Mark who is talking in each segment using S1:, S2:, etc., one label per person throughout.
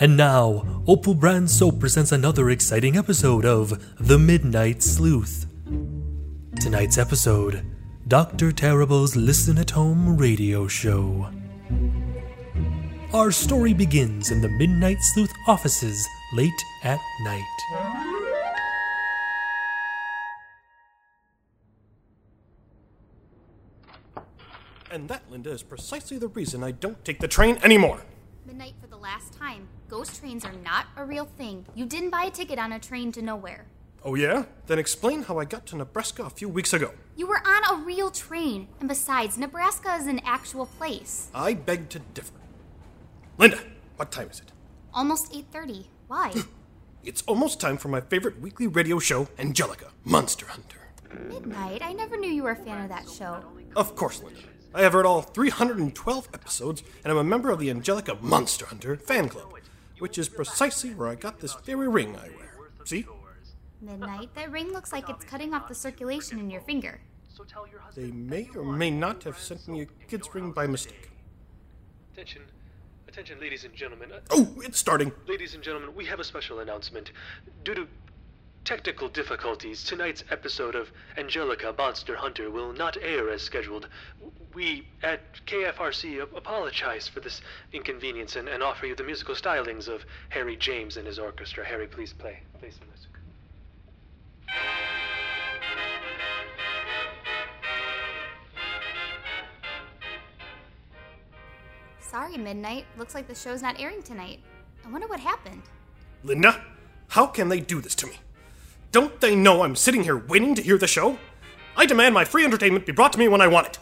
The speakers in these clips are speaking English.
S1: And now, Opal Brand Soap presents another exciting episode of The Midnight Sleuth. Tonight's episode Dr. Terrible's Listen at Home radio show. Our story begins in the Midnight Sleuth offices late at night.
S2: And that, Linda, is precisely the reason I don't take the train anymore.
S3: Midnight for the last time. Ghost trains are not a real thing. You didn't buy a ticket on a train to nowhere.
S2: Oh, yeah? Then explain how I got to Nebraska a few weeks ago.
S3: You were on a real train. And besides, Nebraska is an actual place.
S2: I beg to differ. Linda, what time is it?
S3: Almost 8:30. Why?
S2: It's almost time for my favorite weekly radio show, Angelica Monster Hunter.
S3: Midnight. I never knew you were a fan of that show.
S2: Of course, Linda. I have heard all 312 episodes, and I'm a member of the Angelica Monster Hunter fan club, which is precisely where I got this very ring I wear. See?
S3: Midnight. That ring looks like it's cutting off the circulation in your finger.
S2: They may or may not have sent me a kid's ring by mistake.
S4: Attention, attention, ladies and gentlemen. Uh,
S2: Oh, it's starting.
S4: Ladies and gentlemen, we have a special announcement. Due to technical difficulties, tonight's episode of Angelica Monster Hunter will not air as scheduled. We at KFRC ap- apologize for this inconvenience and, and offer you the musical stylings of Harry James and his orchestra. Harry, please play. Play some music.
S3: Sorry, Midnight. Looks like the show's not airing tonight. I wonder what happened.
S2: Linda, how can they do this to me? Don't they know I'm sitting here waiting to hear the show? I demand my free entertainment be brought to me when I want it.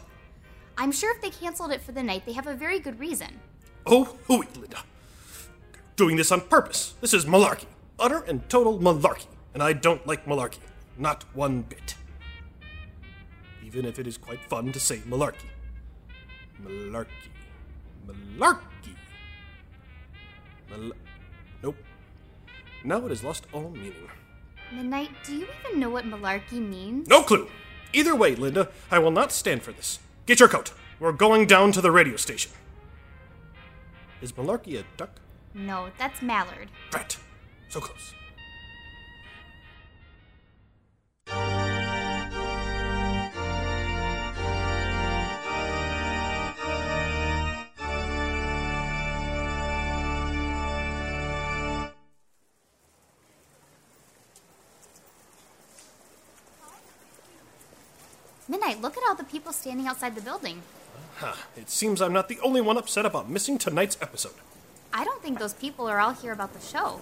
S3: I'm sure if they canceled it for the night, they have a very good reason.
S2: Oh, hooey, Linda. Doing this on purpose. This is malarkey. Utter and total malarkey. And I don't like malarkey. Not one bit. Even if it is quite fun to say malarkey. Malarkey. Malarkey. Mal- nope. Now it has lost all meaning.
S3: Midnight, do you even know what malarkey means?
S2: No clue. Either way, Linda, I will not stand for this. Get your coat. We're going down to the radio station. Is Malarkey a duck?
S3: No, that's mallard.
S2: Drat. So close.
S3: Midnight, look at all the people standing outside the building.
S2: Huh. It seems I'm not the only one upset about missing tonight's episode.
S3: I don't think those people are all here about the show.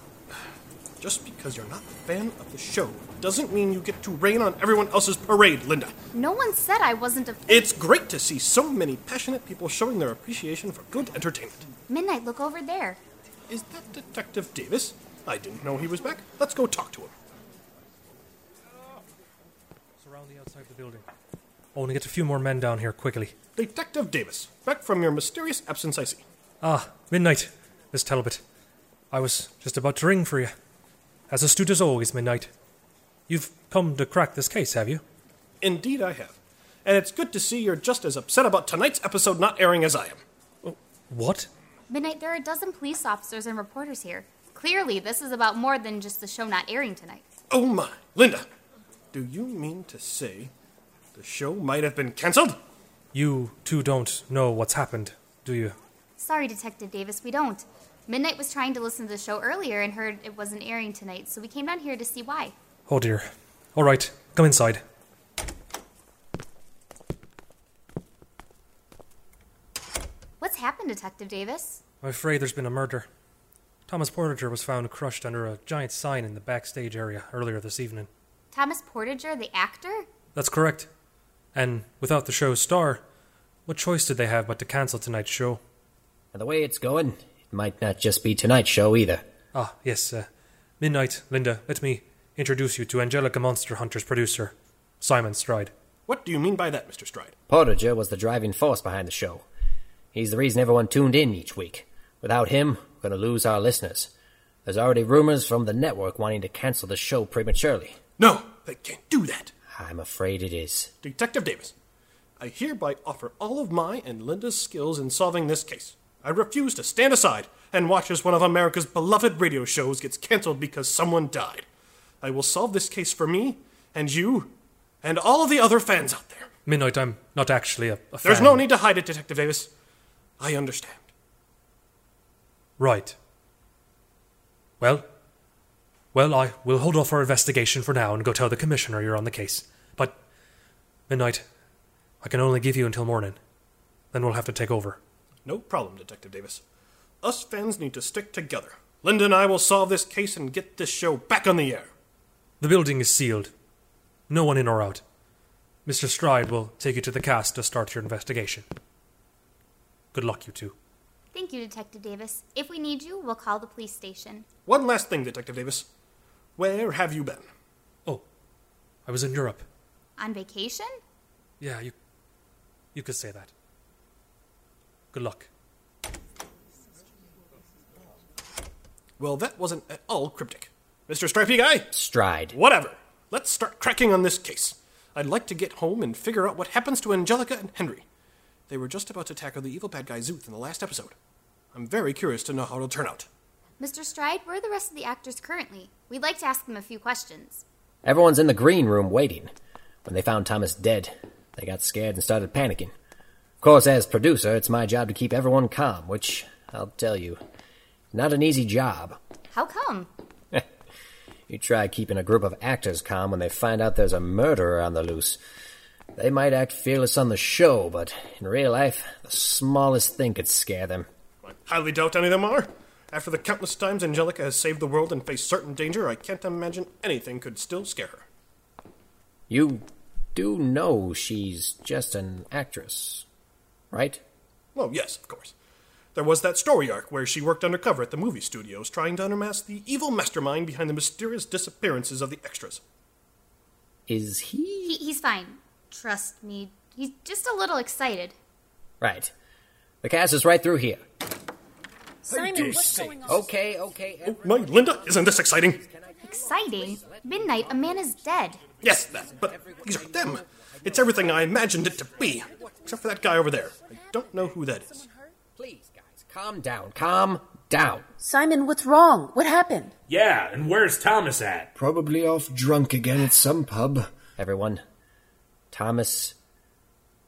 S2: Just because you're not a fan of the show doesn't mean you get to rain on everyone else's parade, Linda.
S3: No one said I wasn't a.
S2: It's great to see so many passionate people showing their appreciation for good entertainment.
S3: Midnight, look over there.
S2: Is that Detective Davis? I didn't know he was back. Let's go talk to him.
S5: Surround the outside of the building. I want to get a few more men down here quickly.
S2: Detective Davis, back from your mysterious absence, I see.
S5: Ah, midnight, Miss Talbot. I was just about to ring for you. As astute as always, midnight. You've come to crack this case, have you?
S2: Indeed, I have. And it's good to see you're just as upset about tonight's episode not airing as I am.
S5: Oh, What?
S3: Midnight, there are a dozen police officers and reporters here. Clearly, this is about more than just the show not airing tonight.
S2: Oh my, Linda, do you mean to say the show might have been cancelled?
S5: You two don't know what's happened, do you?
S3: Sorry, Detective Davis, we don't. Midnight was trying to listen to the show earlier and heard it wasn't airing tonight, so we came down here to see why.
S5: Oh dear. All right, come inside.
S3: What's happened, Detective Davis?
S5: I'm afraid there's been a murder. Thomas Porter was found crushed under a giant sign in the backstage area earlier this evening.
S3: Thomas Portager, the actor?
S5: That's correct. And without the show's star, what choice did they have but to cancel tonight's show?
S6: And the way it's going, it might not just be tonight's show either.
S5: Ah, yes, uh, Midnight, Linda, let me introduce you to Angelica Monster Hunter's producer, Simon Stride.
S2: What do you mean by that, Mr. Stride?
S6: Portager was the driving force behind the show. He's the reason everyone tuned in each week. Without him, we're going to lose our listeners. There's already rumors from the network wanting to cancel the show prematurely.
S2: No, they can't do that.
S6: I'm afraid it is.
S2: Detective Davis, I hereby offer all of my and Linda's skills in solving this case. I refuse to stand aside and watch as one of America's beloved radio shows gets canceled because someone died. I will solve this case for me and you and all the other fans out there.
S5: Midnight, I'm not actually a, a fan.
S2: There's no need to hide it, Detective Davis. I understand.
S5: Right. Well, well, I will hold off our investigation for now and go tell the commissioner you're on the case. But, Midnight, I can only give you until morning. Then we'll have to take over.
S2: No problem, Detective Davis. Us fans need to stick together. Linda and I will solve this case and get this show back on the air.
S5: The building is sealed. No one in or out. Mr. Stride will take you to the cast to start your investigation. Good luck, you two.
S3: Thank you, Detective Davis. If we need you, we'll call the police station.
S2: One last thing, Detective Davis. Where have you been?
S5: Oh, I was in Europe.
S3: On vacation?
S5: Yeah, you, you could say that. Good luck.
S2: Well, that wasn't at all cryptic. Mr. Stripey Guy?
S6: Stride.
S2: Whatever. Let's start cracking on this case. I'd like to get home and figure out what happens to Angelica and Henry. They were just about to tackle the evil bad guy Zooth in the last episode. I'm very curious to know how it'll turn out.
S3: Mr. Stride, where are the rest of the actors currently? We'd like to ask them a few questions.
S6: Everyone's in the green room waiting. When they found Thomas dead, they got scared and started panicking. Of course, as producer, it's my job to keep everyone calm, which, I'll tell you, not an easy job.
S3: How come?
S6: You try keeping a group of actors calm when they find out there's a murderer on the loose. They might act fearless on the show, but in real life, the smallest thing could scare them.
S2: I highly doubt any of them are. After the countless times Angelica has saved the world and faced certain danger, I can't imagine anything could still scare her.
S6: You do know she's just an actress, right?
S2: Well, yes, of course. There was that story arc where she worked undercover at the movie studios trying to unmask the evil mastermind behind the mysterious disappearances of the extras.
S6: Is he?
S3: He, he's fine. Trust me. He's just a little excited.
S6: Right. The cast is right through here.
S7: Simon, what's going on?
S6: Okay, okay.
S2: Oh, my Linda, isn't this exciting?
S3: Exciting? Midnight, a man is dead.
S2: Yes, that, but these are them. It's everything I imagined it to be, except for that guy over there. I don't know who that is.
S6: Please, guys, calm down. Calm down.
S7: Simon, what's wrong? What happened?
S8: Yeah, and where's Thomas at?
S9: Probably off drunk again at some pub.
S6: Everyone, Thomas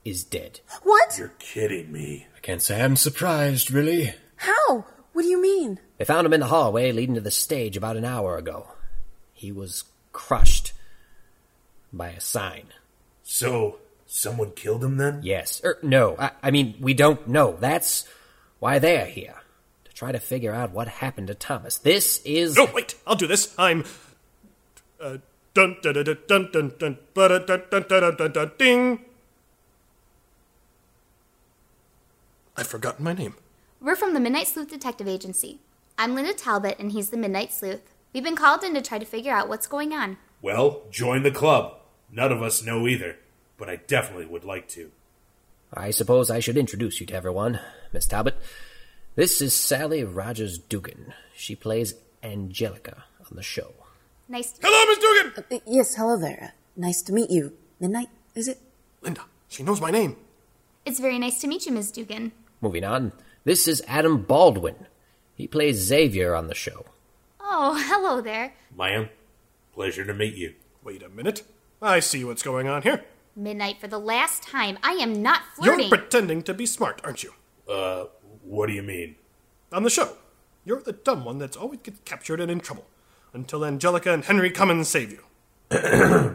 S6: is dead.
S7: What?
S8: You're kidding me.
S9: I can't say I'm surprised, really.
S7: How? What do you mean?
S6: They found him in the hallway leading to the stage about an hour ago. He was crushed by a sign.
S8: So, someone killed him then?
S6: Yes. Er, no, I, I mean, we don't know. That's why they're here. To try to figure out what happened to Thomas. This is.
S2: No, wait, I'll do this. I'm. Uh, dun dun dun dun dun dun dun dun dun dun dun dun dun dun ding. I've forgotten my name.
S3: We're from the Midnight Sleuth Detective Agency. I'm Linda Talbot, and he's the Midnight Sleuth. We've been called in to try to figure out what's going on.
S8: Well, join the club. None of us know either, but I definitely would like to.
S6: I suppose I should introduce you to everyone, Miss Talbot. This is Sally Rogers Dugan. She plays Angelica on the show.
S3: Nice to
S2: Hello, Miss Dugan!
S7: Uh, yes, hello there. Nice to meet you. Midnight, is it?
S2: Linda, she knows my name.
S3: It's very nice to meet you, Ms. Dugan.
S6: Moving on, this is Adam Baldwin. He plays Xavier on the show.
S3: Oh, hello there.
S8: Ma'am, pleasure to meet you.
S2: Wait a minute. I see what's going on here.
S3: Midnight, for the last time, I am not
S2: You're
S3: flirting.
S2: pretending to be smart, aren't you?
S8: Uh, what do you mean?
S2: On the show, you're the dumb one that's always gets captured and in trouble until Angelica and Henry come and save you.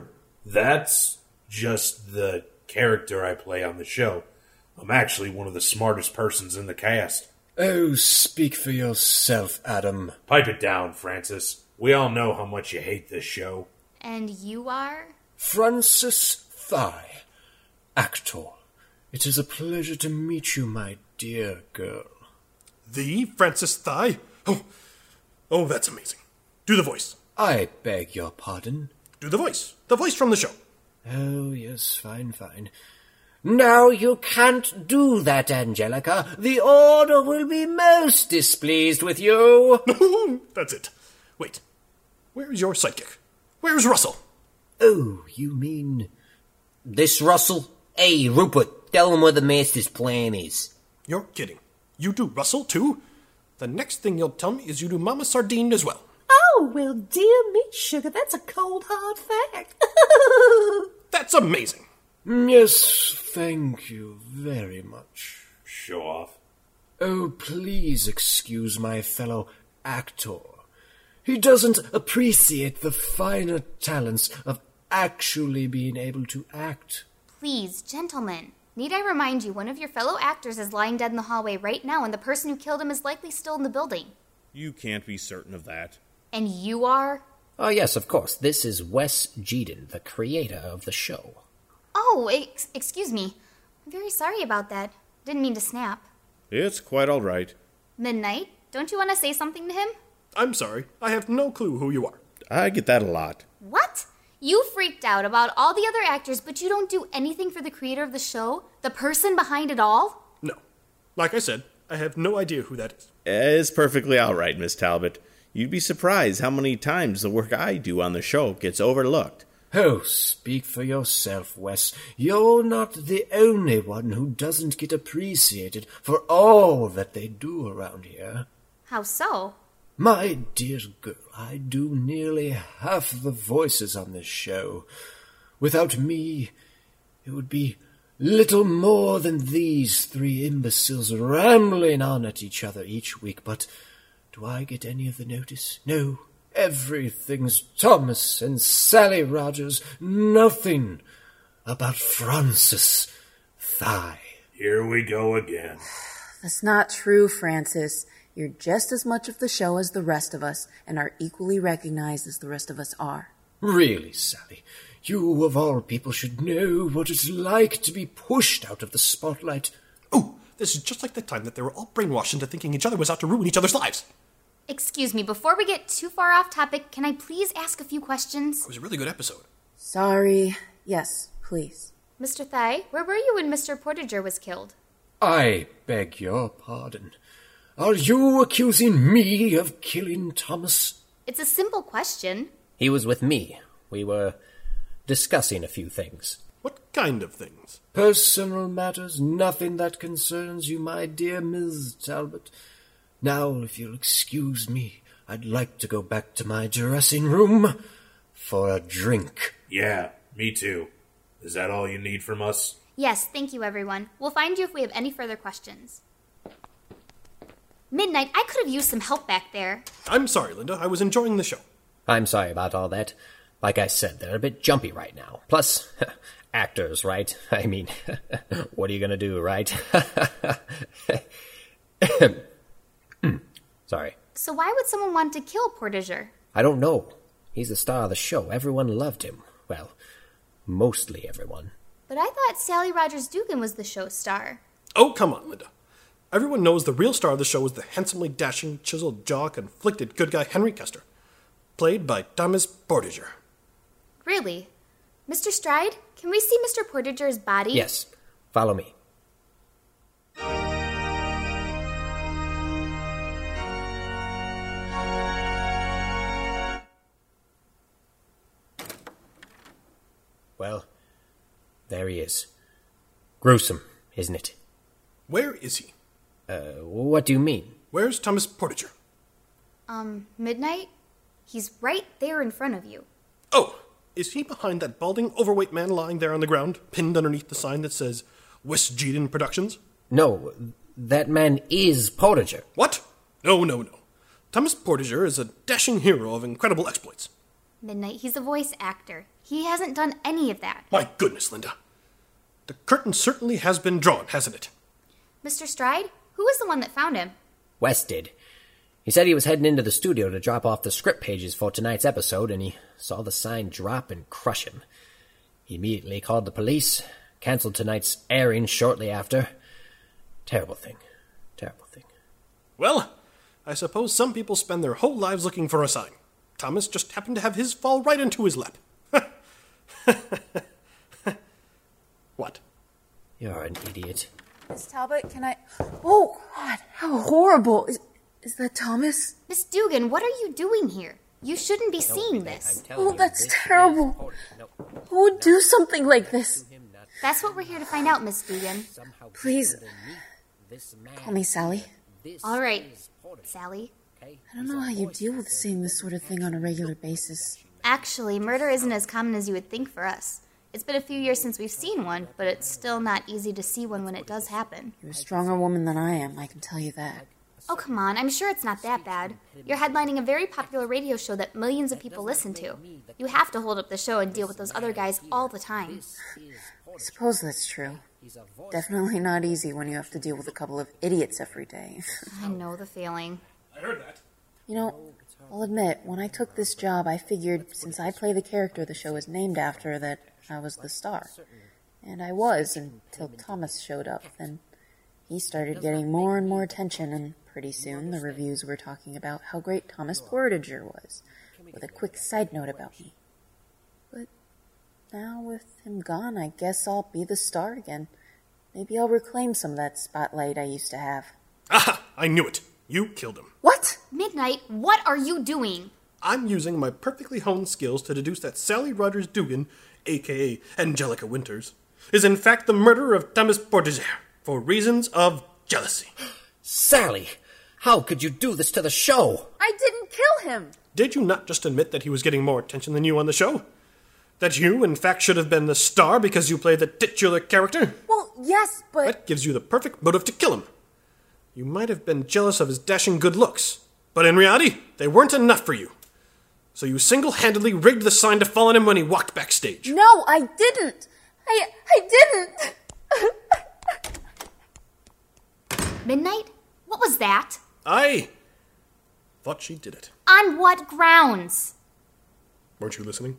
S8: That's just the character I play on the show. I'm actually one of the smartest persons in the cast.
S9: Oh, speak for yourself, Adam.
S8: Pipe it down, Francis. We all know how much you hate this show.
S3: and you are?
S9: Francis Thigh, actor. It is a pleasure to meet you, my dear girl.
S2: The Francis Thigh? Oh, oh, that's amazing. Do the voice.
S9: I beg your pardon.
S2: Do the voice. The voice from the show.
S9: Oh, yes, fine, fine. Now you can't do that, Angelica. The order will be most displeased with you.
S2: that's it. Wait, where's your sidekick? Where's Russell?
S6: Oh, you mean. This Russell? Hey, Rupert, tell him where the master's plan is.
S2: You're kidding. You do Russell, too? The next thing you'll tell me is you do Mama Sardine as well.
S10: Oh, well, dear me, sugar, that's a cold, hard fact.
S2: That's amazing.
S9: Yes, thank you very much.
S8: Show off.
S9: Oh, please excuse my fellow actor. He doesn't appreciate the finer talents of actually being able to act.
S3: Please, gentlemen, need I remind you, one of your fellow actors is lying dead in the hallway right now, and the person who killed him is likely still in the building.
S11: You can't be certain of that.
S3: And you are?
S6: Oh, yes, of course. This is Wes Jeeden, the creator of the show.
S3: Oh, ex- excuse me. I'm very sorry about that. Didn't mean to snap.
S11: It's quite all right.
S3: Midnight, don't you want to say something to him?
S2: I'm sorry. I have no clue who you are.
S11: I get that a lot.
S3: What? You freaked out about all the other actors, but you don't do anything for the creator of the show? The person behind it all?
S2: No. Like I said, I have no idea who that is.
S11: It's perfectly all right, Miss Talbot. You'd be surprised how many times the work I do on the show gets overlooked.
S9: Oh, speak for yourself, Wes. You're not the only one who doesn't get appreciated for all that they do around here.
S3: How so?
S9: My dear girl, I do nearly half the voices on this show. Without me, it would be little more than these three imbeciles rambling on at each other each week, but do I get any of the notice? No. Everything's Thomas and Sally Rogers. Nothing about Francis Thigh.
S8: Here we go again.
S7: That's not true, Francis. You're just as much of the show as the rest of us, and are equally recognized as the rest of us are.
S9: Really, Sally, you of all people should know what it's like to be pushed out of the spotlight.
S2: Ooh, this is just like the time that they were all brainwashed into thinking each other was out to ruin each other's lives.
S3: Excuse me, before we get too far off topic, can I please ask a few questions?
S2: It was a really good episode.
S7: Sorry. Yes, please.
S3: Mr. Thigh, where were you when Mr. Portager was killed?
S9: I beg your pardon. Are you accusing me of killing Thomas?
S3: It's a simple question.
S6: He was with me. We were discussing a few things.
S2: What kind of things?
S9: Personal matters, nothing that concerns you, my dear Miss Talbot. Now, if you'll excuse me, I'd like to go back to my dressing room for a drink.
S8: Yeah, me too. Is that all you need from us?
S3: Yes, thank you, everyone. We'll find you if we have any further questions. Midnight, I could have used some help back there.
S2: I'm sorry, Linda. I was enjoying the show.
S6: I'm sorry about all that. Like I said, they're a bit jumpy right now. Plus, actors, right? I mean, what are you going to do, right? sorry.
S3: So, why would someone want to kill Portager?
S6: I don't know. He's the star of the show. Everyone loved him. Well, mostly everyone.
S3: But I thought Sally Rogers Dugan was the show star.
S2: Oh, come on, Linda. Everyone knows the real star of the show was the handsomely dashing, chiseled jaw, conflicted good guy Henry Custer, played by Thomas Portager.
S3: Really? Mr. Stride, can we see Mr. Portager's body?
S6: Yes, follow me. Well, there he is. Gruesome, isn't it?
S2: Where is he?
S6: Uh, what do you mean?
S2: Where's Thomas Portager?
S3: Um, Midnight? He's right there in front of you.
S2: Oh, is he behind that balding, overweight man lying there on the ground, pinned underneath the sign that says West Jeden Productions?
S6: No, that man is Portager.
S2: What? No, no, no. Thomas Portager is a dashing hero of incredible exploits.
S3: Midnight, he's a voice actor. He hasn't done any of that.
S2: My goodness, Linda. The curtain certainly has been drawn, hasn't it?
S3: Mr. Stride, who was the one that found him?
S6: West did. He said he was heading into the studio to drop off the script pages for tonight's episode, and he saw the sign drop and crush him. He immediately called the police, canceled tonight's airing shortly after. Terrible thing. Terrible thing.
S2: Well, I suppose some people spend their whole lives looking for a sign. Thomas just happened to have his fall right into his lap. what?
S6: You're an idiot.
S7: Miss Talbot, can I? Oh God, how horrible! Is, is that Thomas?
S3: Miss Dugan, what are you doing here? You shouldn't be seeing this.
S7: Oh, that's terrible. Who would do something like this?
S3: That's what we're here to find out, Miss Dugan.
S7: Please, uh, Call me Sally.
S3: All right, Sally.
S7: I don't know how you deal with seeing this sort of thing on a regular basis.
S3: Actually, murder isn't as common as you would think for us. It's been a few years since we've seen one, but it's still not easy to see one when it does happen.
S7: You're a stronger woman than I am, I can tell you that.
S3: Oh, come on, I'm sure it's not that bad. You're headlining a very popular radio show that millions of people listen to. You have to hold up the show and deal with those other guys all the time.
S7: I suppose that's true. Definitely not easy when you have to deal with a couple of idiots every day.
S3: I know the feeling.
S2: I heard that.
S7: You know, I'll admit, when I took this job, I figured since I play the character the show is named after, that I was the star. And I was until Thomas showed up. Then he started getting more and more attention, and pretty soon the reviews were talking about how great Thomas Portager was, with a quick side note about me. But now, with him gone, I guess I'll be the star again. Maybe I'll reclaim some of that spotlight I used to have.
S2: Aha! I knew it. You killed him.
S7: What?
S3: Midnight, what are you doing?
S2: I'm using my perfectly honed skills to deduce that Sally Rogers Dugan, aka Angelica Winters, is in fact the murderer of Thomas Portager for reasons of jealousy.
S6: Sally, how could you do this to the show?
S10: I didn't kill him.
S2: Did you not just admit that he was getting more attention than you on the show? That you, in fact, should have been the star because you played the titular character?
S10: Well, yes, but.
S2: That gives you the perfect motive to kill him. You might have been jealous of his dashing good looks, but in reality, they weren't enough for you. So you single handedly rigged the sign to fall on him when he walked backstage.
S10: No, I didn't. I I didn't.
S3: Midnight? What was that?
S2: I thought she did it.
S3: On what grounds?
S2: Weren't you listening?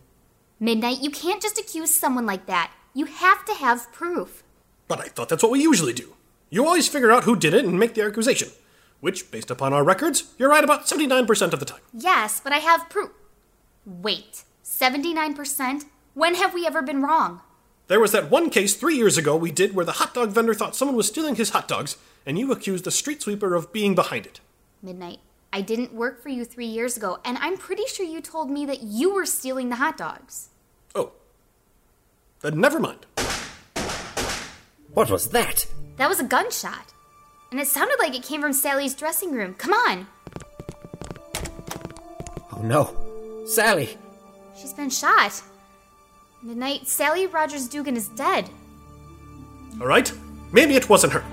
S3: Midnight, you can't just accuse someone like that. You have to have proof.
S2: But I thought that's what we usually do. You always figure out who did it and make the accusation, which, based upon our records, you're right about 79% of the time.
S3: Yes, but I have proof. Wait, 79%? When have we ever been wrong?
S2: There was that one case three years ago we did where the hot dog vendor thought someone was stealing his hot dogs, and you accused the street sweeper of being behind it.
S3: Midnight, I didn't work for you three years ago, and I'm pretty sure you told me that you were stealing the hot dogs.
S2: Oh. Then never mind.
S6: What was that?
S3: That was a gunshot. And it sounded like it came from Sally's dressing room. Come on!
S6: Oh no. Sally!
S3: She's been shot. Midnight, Sally Rogers Dugan is dead.
S2: All right, maybe it wasn't her.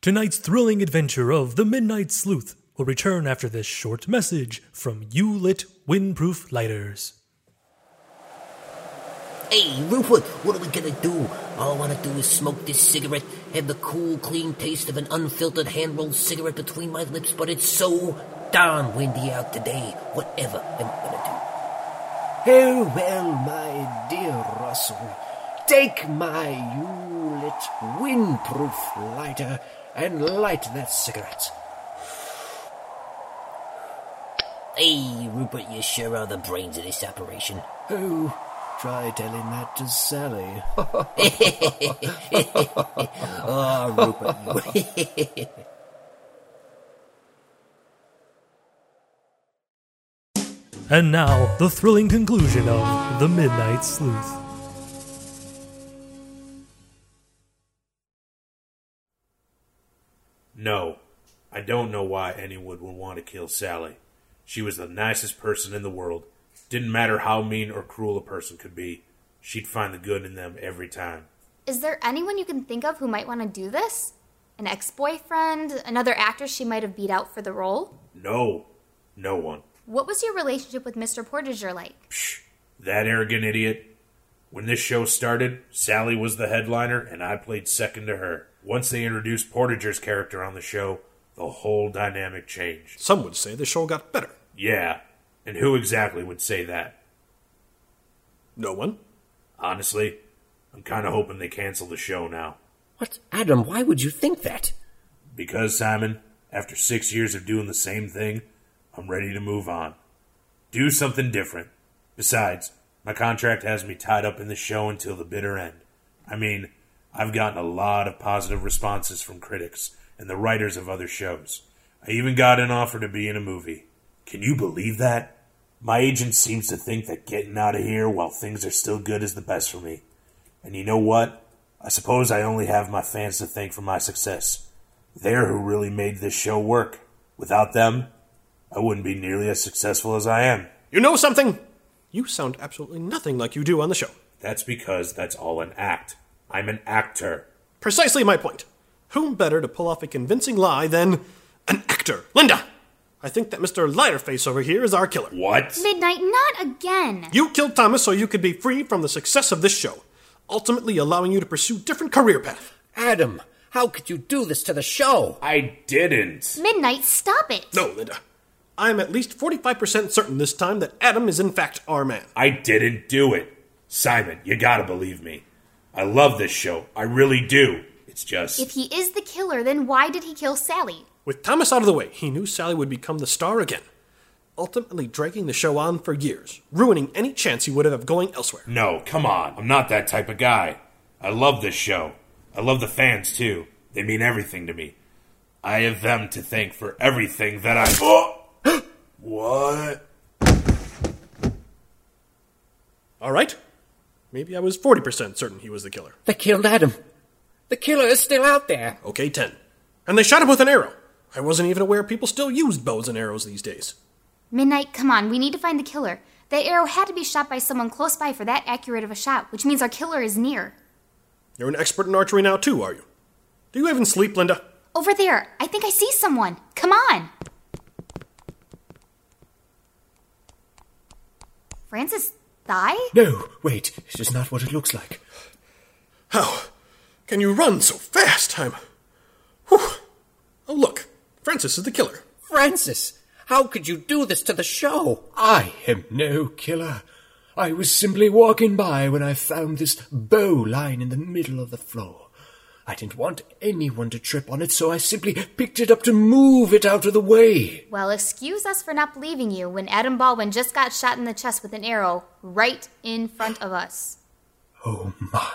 S1: Tonight's thrilling adventure of The Midnight Sleuth will return after this short message from U-Lit Windproof Lighters.
S12: Hey, Rupert, what are we gonna do? All I wanna do is smoke this cigarette, have the cool, clean taste of an unfiltered hand rolled cigarette between my lips, but it's so darn windy out today. Whatever am I gonna
S9: do? Oh, well, my dear Russell, take my ULIT windproof lighter and light that cigarette.
S12: Hey, Rupert, you sure are the brains of this operation.
S9: Oh, Try telling that to Sally. Ah,
S12: oh, Rupert.
S1: and now, the thrilling conclusion of The Midnight Sleuth.
S8: No, I don't know why anyone would want to kill Sally. She was the nicest person in the world. Didn't matter how mean or cruel a person could be, she'd find the good in them every time.
S3: Is there anyone you can think of who might want to do this? An ex boyfriend? Another actor she might have beat out for the role?
S8: No, no one.
S3: What was your relationship with Mr. Portager like?
S8: Psh, that arrogant idiot. When this show started, Sally was the headliner and I played second to her. Once they introduced Portager's character on the show, the whole dynamic changed.
S2: Some would say the show got better.
S8: Yeah, and who exactly would say that?
S2: No one.
S8: Honestly, I'm kind of hoping they cancel the show now.
S6: What? Adam, why would you think that?
S8: Because, Simon, after six years of doing the same thing, I'm ready to move on. Do something different. Besides, my contract has me tied up in the show until the bitter end. I mean, I've gotten a lot of positive responses from critics and the writers of other shows. I even got an offer to be in a movie. Can you believe that? My agent seems to think that getting out of here while things are still good is the best for me. And you know what? I suppose I only have my fans to thank for my success. They're who really made this show work. Without them, I wouldn't be nearly as successful as I am.
S2: You know something? You sound absolutely nothing like you do on the show.
S8: That's because that's all an act. I'm an actor.
S2: Precisely my point. Whom better to pull off a convincing lie than an actor? Linda! I think that Mr. Liarface over here is our killer.
S8: What?
S3: Midnight, not again!
S2: You killed Thomas so you could be free from the success of this show, ultimately allowing you to pursue different career path.
S6: Adam, how could you do this to the show?
S8: I didn't.
S3: Midnight, stop it!
S2: No, Linda. I am at least 45% certain this time that Adam is in fact our man.
S8: I didn't do it. Simon, you gotta believe me. I love this show. I really do. It's just.
S3: If he is the killer, then why did he kill Sally?
S2: With Thomas out of the way, he knew Sally would become the star again, ultimately dragging the show on for years, ruining any chance he would have of going elsewhere.
S8: No, come on. I'm not that type of guy. I love this show. I love the fans, too. They mean everything to me. I have them to thank for everything that I. Oh! what?
S2: All right. Maybe I was 40% certain he was the killer.
S6: They killed Adam. The killer is still out there.
S2: Okay, 10. And they shot him with an arrow. I wasn't even aware people still used bows and arrows these days.
S3: Midnight, come on, we need to find the killer. That arrow had to be shot by someone close by for that accurate of a shot, which means our killer is near.
S2: You're an expert in archery now, too, are you? Do you even sleep, Linda?
S3: Over there, I think I see someone. Come on! Francis, thigh?
S9: No, wait, it is not what it looks like.
S2: How can you run so fast? I'm. Whew. Oh, look, Francis is the killer.
S6: Francis, how could you do this to the show?
S9: I am no killer. I was simply walking by when I found this bow lying in the middle of the floor. I didn't want anyone to trip on it, so I simply picked it up to move it out of the way.
S3: Well, excuse us for not believing you when Adam Baldwin just got shot in the chest with an arrow right in front of us.
S9: Oh my.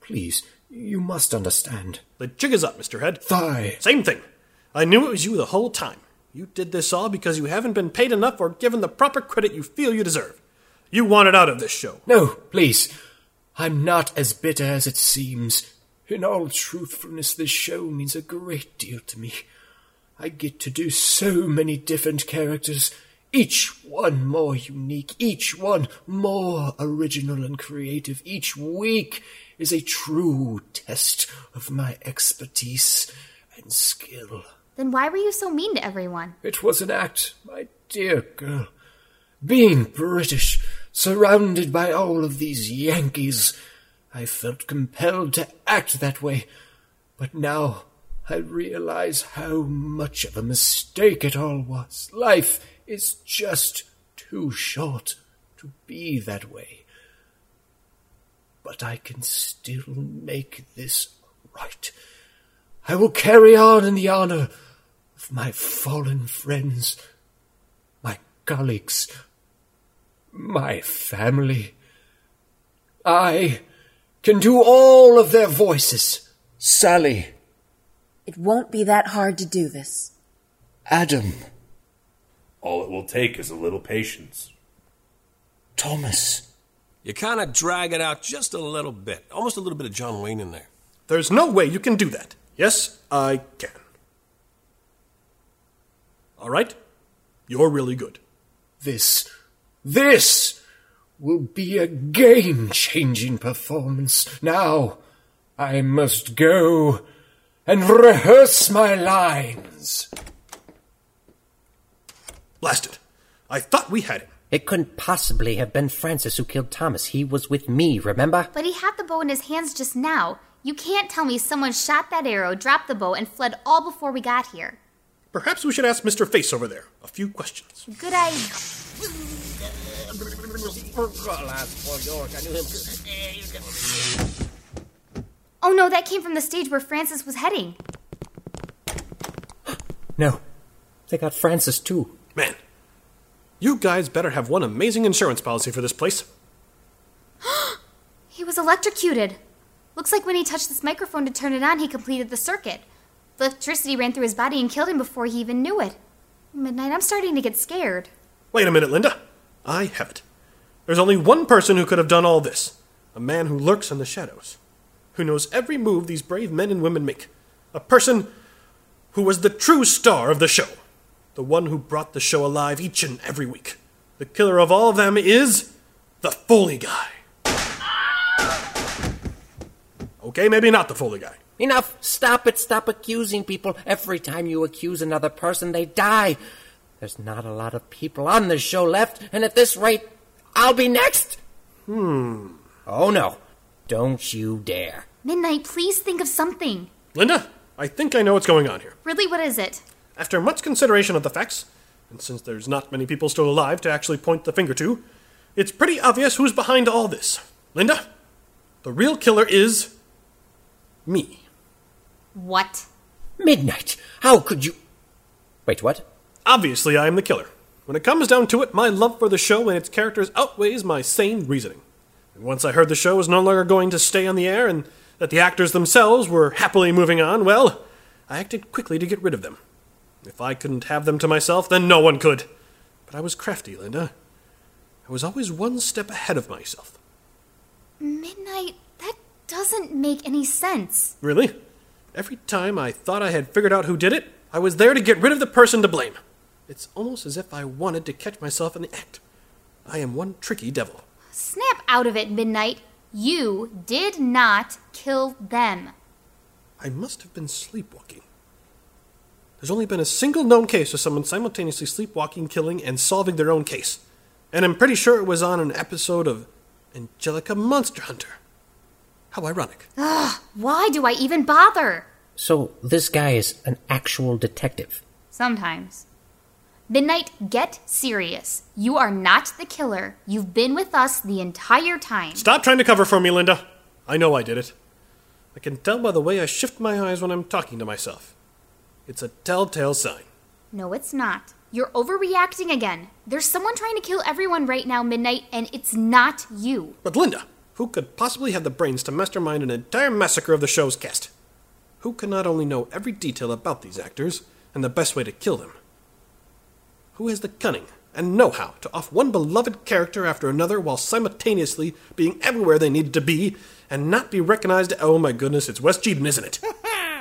S9: Please, you must understand.
S2: The jig is up, Mr. Head.
S9: Thigh.
S2: Same thing. I knew it was you the whole time. You did this all because you haven't been paid enough or given the proper credit you feel you deserve. You wanted out of this show.
S9: No, please. I'm not as bitter as it seems. In all truthfulness, this show means a great deal to me. I get to do so many different characters, each one more unique, each one more original and creative. Each week is a true test of my expertise and skill.
S3: Then why were you so mean to everyone?
S9: It was an act, my dear girl. Being British, surrounded by all of these Yankees, I felt compelled to act that way. But now I realize how much of a mistake it all was. Life is just too short to be that way. But I can still make this right. I will carry on in the honor of my fallen friends, my colleagues, my family. I can do all of their voices. Sally.
S7: It won't be that hard to do this.
S9: Adam.
S8: All it will take is a little patience.
S9: Thomas.
S13: You kind of drag it out just a little bit. Almost a little bit of John Wayne in there.
S2: There's no way you can do that. Yes, I can. All right? You're really good.
S9: This, this will be a game changing performance. Now, I must go and rehearse my lines.
S2: Blasted. I thought we had him.
S6: It couldn't possibly have been Francis who killed Thomas. He was with me, remember?
S3: But he had the bow in his hands just now. You can't tell me someone shot that arrow, dropped the bow, and fled all before we got here.
S2: Perhaps we should ask Mr. Face over there a few questions.
S3: Good idea. Oh no, that came from the stage where Francis was heading.
S6: No. They got Francis too.
S2: Man, you guys better have one amazing insurance policy for this place.
S3: he was electrocuted. Looks like when he touched this microphone to turn it on, he completed the circuit. The electricity ran through his body and killed him before he even knew it. Midnight, I'm starting to get scared.
S2: Wait a minute, Linda. I have it. There's only one person who could have done all this a man who lurks in the shadows. who knows every move these brave men and women make. A person who was the true star of the show. The one who brought the show alive each and every week. The killer of all of them is the Foley guy. Okay, maybe not the Foley guy.
S12: Enough! Stop it! Stop accusing people! Every time you accuse another person, they die! There's not a lot of people on this show left, and at this rate, I'll be next!
S6: Hmm.
S12: Oh no. Don't you dare.
S3: Midnight, please think of something.
S2: Linda, I think I know what's going on here.
S3: Really, what is it?
S2: After much consideration of the facts, and since there's not many people still alive to actually point the finger to, it's pretty obvious who's behind all this. Linda, the real killer is. me.
S3: What?
S12: Midnight! How could you. Wait, what?
S2: Obviously, I am the killer. When it comes down to it, my love for the show and its characters outweighs my sane reasoning. And once I heard the show was no longer going to stay on the air and that the actors themselves were happily moving on, well, I acted quickly to get rid of them. If I couldn't have them to myself, then no one could. But I was crafty, Linda. I was always one step ahead of myself.
S3: Midnight, that doesn't make any sense.
S2: Really? Every time I thought I had figured out who did it, I was there to get rid of the person to blame. It's almost as if I wanted to catch myself in the act. I am one tricky devil.
S3: Snap out of it, Midnight. You did not kill them.
S2: I must have been sleepwalking. There's only been a single known case of someone simultaneously sleepwalking, killing, and solving their own case. And I'm pretty sure it was on an episode of Angelica Monster Hunter. How ironic.
S3: Ugh, why do I even bother?
S12: So, this guy is an actual detective.
S3: Sometimes. Midnight, get serious. You are not the killer. You've been with us the entire time.
S2: Stop trying to cover for me, Linda. I know I did it. I can tell by the way I shift my eyes when I'm talking to myself. It's a telltale sign.
S3: No, it's not. You're overreacting again. There's someone trying to kill everyone right now, Midnight, and it's not you.
S2: But Linda, who could possibly have the brains to mastermind an entire massacre of the show's cast? Who can not only know every detail about these actors and the best way to kill them? Who has the cunning and know how to off one beloved character after another while simultaneously being everywhere they needed to be and not be recognized? Oh my goodness, it's West Jeeden, isn't it?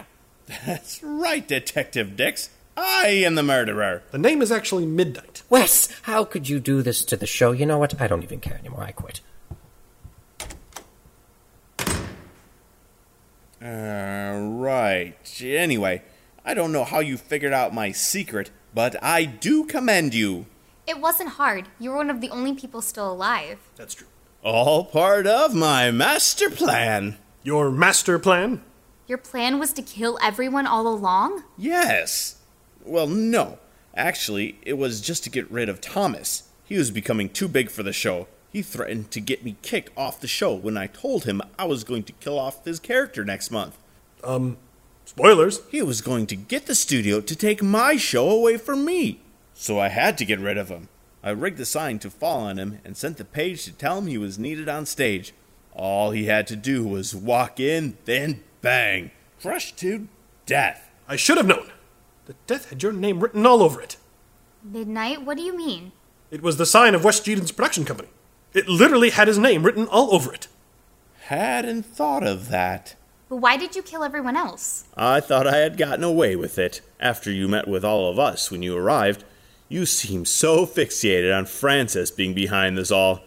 S11: That's right, Detective Dix. I am the murderer.
S2: The name is actually Midnight.
S12: Wes, how could you do this to the show? You know what? I don't even care anymore. I quit.
S11: Uh, right. Anyway, I don't know how you figured out my secret, but I do commend you.
S3: It wasn't hard. You're one of the only people still alive.
S2: That's true.
S11: All part of my master plan.
S2: Your master plan?
S3: Your plan was to kill everyone all along?
S11: Yes. Well, no. Actually, it was just to get rid of Thomas. He was becoming too big for the show. He threatened to get me kicked off the show when I told him I was going to kill off his character next month.
S2: Um, spoilers.
S11: He was going to get the studio to take my show away from me. So I had to get rid of him. I rigged the sign to fall on him and sent the page to tell him he was needed on stage. All he had to do was walk in, then bang, crushed to death.
S2: I should have known. The death had your name written all over it.
S3: Midnight? What do you mean?
S2: It was the sign of West Jeden's production company. It literally had his name written all over it.
S11: Hadn't thought of that.
S3: But why did you kill everyone else?
S11: I thought I had gotten away with it after you met with all of us when you arrived. You seemed so fixated on Frances being behind this all.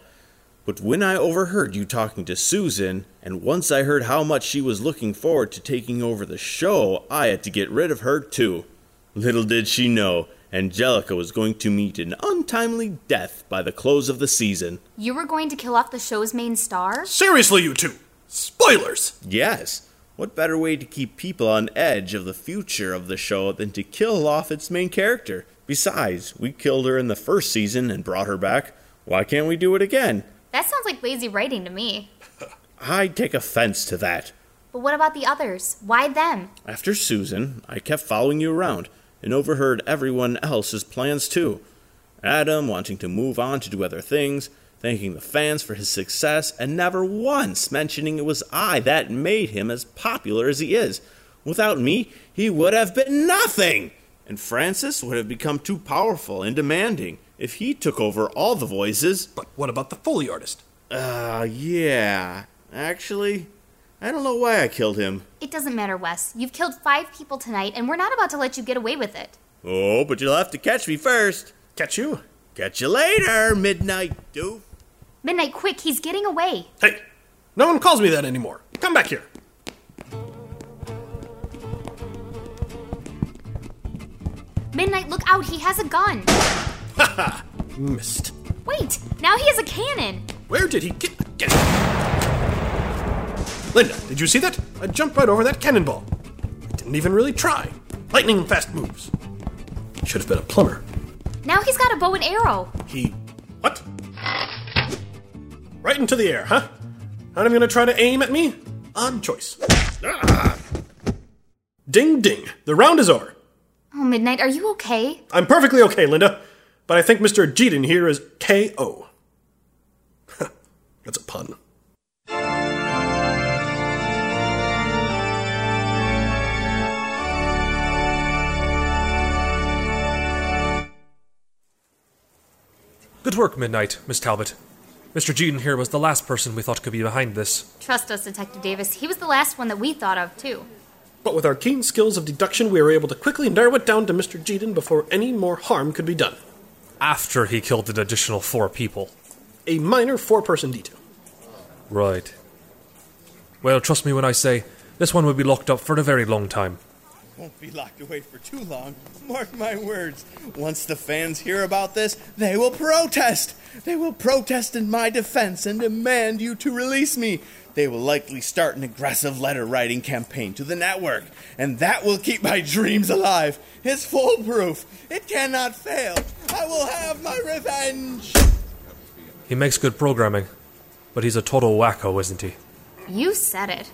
S11: But when I overheard you talking to Susan, and once I heard how much she was looking forward to taking over the show, I had to get rid of her too. Little did she know, Angelica was going to meet an untimely death by the close of the season.
S3: You were going to kill off the show's main star?
S2: Seriously, you two! Spoilers!
S11: Yes. What better way to keep people on edge of the future of the show than to kill off its main character? Besides, we killed her in the first season and brought her back. Why can't we do it again?
S3: That sounds like lazy writing to me.
S11: I take offense to that.
S3: But what about the others? Why them?
S11: After Susan, I kept following you around and overheard everyone else's plans too. Adam wanting to move on to do other things, thanking the fans for his success, and never once mentioning it was I that made him as popular as he is. Without me, he would have been nothing! And Francis would have become too powerful and demanding if he took over all the voices.
S2: But what about the Foley artist?
S11: Uh, yeah. Actually, I don't know why I killed him.
S3: It doesn't matter, Wes. You've killed five people tonight, and we're not about to let you get away with it.
S11: Oh, but you'll have to catch me first.
S2: Catch you?
S11: Catch you later, midnight doof.
S3: Midnight, quick, he's getting away.
S2: Hey, no one calls me that anymore. Come back here.
S3: Midnight, look out, he has a gun.
S2: Haha, missed.
S3: Wait, now he has a cannon.
S2: Where did he get, get Linda, did you see that? I jumped right over that cannonball. I didn't even really try. Lightning fast moves. Should have been a plumber.
S3: Now he's got a bow and arrow.
S2: He. What? Right into the air, huh? Not even gonna try to aim at me? Odd choice. Ah. Ding ding, the round is over.
S3: Oh, Midnight, are you okay?
S2: I'm perfectly okay, Linda, but I think Mr. Jeeden here is KO. That's a pun.
S5: Good work, Midnight, Miss Talbot. Mr. Jeeden here was the last person we thought could be behind this.
S3: Trust us, Detective Davis. He was the last one that we thought of, too.
S2: But with our keen skills of deduction, we were able to quickly narrow it down to Mr. Jeeden before any more harm could be done.
S5: After he killed an additional four people.
S2: A minor four person detail.
S5: Right. Well, trust me when I say this one will be locked up for a very long time.
S14: Won't be locked away for too long. Mark my words. Once the fans hear about this, they will protest. They will protest in my defense and demand you to release me. They will likely start an aggressive letter writing campaign to the network, and that will keep my dreams alive. It's foolproof. It cannot fail. I will have my revenge.
S5: He makes good programming, but he's a total wacko, isn't he?
S3: You said it.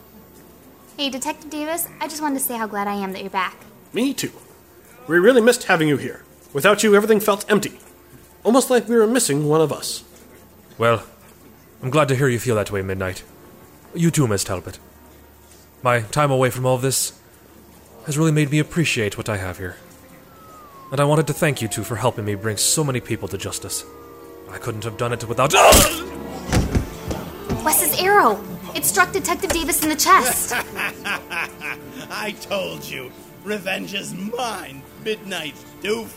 S3: Hey, Detective Davis, I just wanted to say how glad I am that you're back.
S2: Me too. We really missed having you here. Without you, everything felt empty. Almost like we were missing one of us.
S5: Well, I'm glad to hear you feel that way, Midnight. You too, Miss Talbot. My time away from all this has really made me appreciate what I have here. And I wanted to thank you two for helping me bring so many people to justice. I couldn't have done it without. Ah!
S3: Wes's arrow! It struck Detective Davis in the chest!
S14: I told you, revenge is mine, Midnight Doof.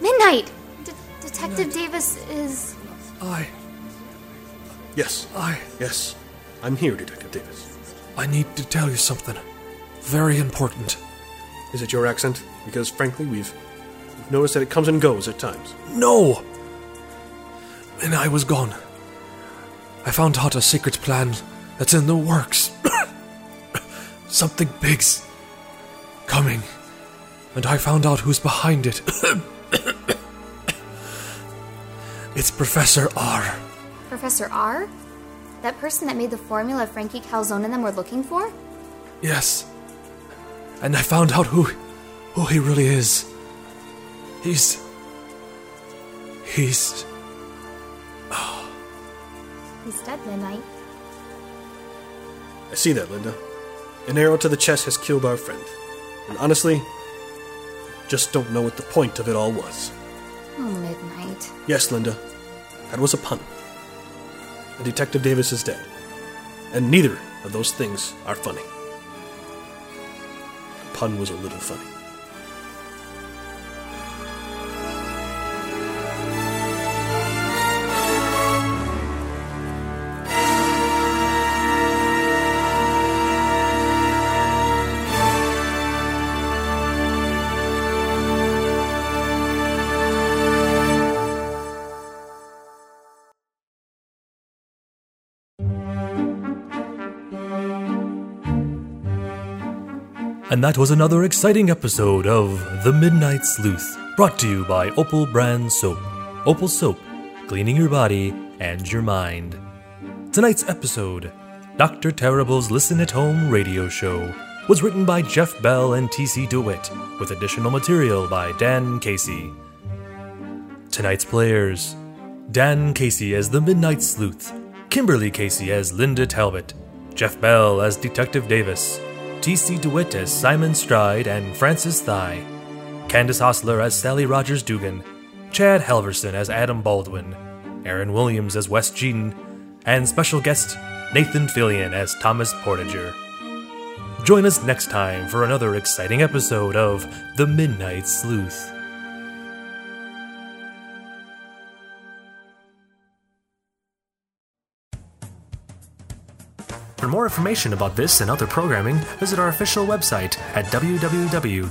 S3: Midnight! D- Detective Davis is.
S5: I.
S2: Yes.
S5: I.
S2: Yes. I'm here, Detective Davis.
S5: I need to tell you something. Very important.
S2: Is it your accent? Because frankly, we've, we've noticed that it comes and goes at times.
S5: No! And I was gone. I found out a secret plan that's in the works. Something big's coming. And I found out who's behind it. it's Professor R.
S3: Professor R? That person that made the formula Frankie Calzone and them were looking for?
S5: Yes. And I found out who who he really is. He's he's
S3: He's dead, Midnight.
S2: I see that, Linda. An arrow to the chest has killed our friend. And honestly, just don't know what the point of it all was.
S3: Oh, Midnight.
S2: Yes, Linda, that was a pun. And Detective Davis is dead. And neither of those things are funny. The pun was a little funny.
S1: And that was another exciting episode of The Midnight Sleuth, brought to you by Opal Brand Soap. Opal Soap, cleaning your body and your mind. Tonight's episode, Dr. Terrible's Listen at Home radio show, was written by Jeff Bell and TC DeWitt, with additional material by Dan Casey. Tonight's players Dan Casey as The Midnight Sleuth, Kimberly Casey as Linda Talbot, Jeff Bell as Detective Davis. T.C. DeWitt as Simon Stride and Francis Thigh, Candace Hostler as Sally Rogers Dugan, Chad Halverson as Adam Baldwin, Aaron Williams as Wes Jean, and special guest Nathan Fillion as Thomas Portager. Join us next time for another exciting episode of The Midnight Sleuth. For more information about this and other programming, visit our official website at www.ghostat.net.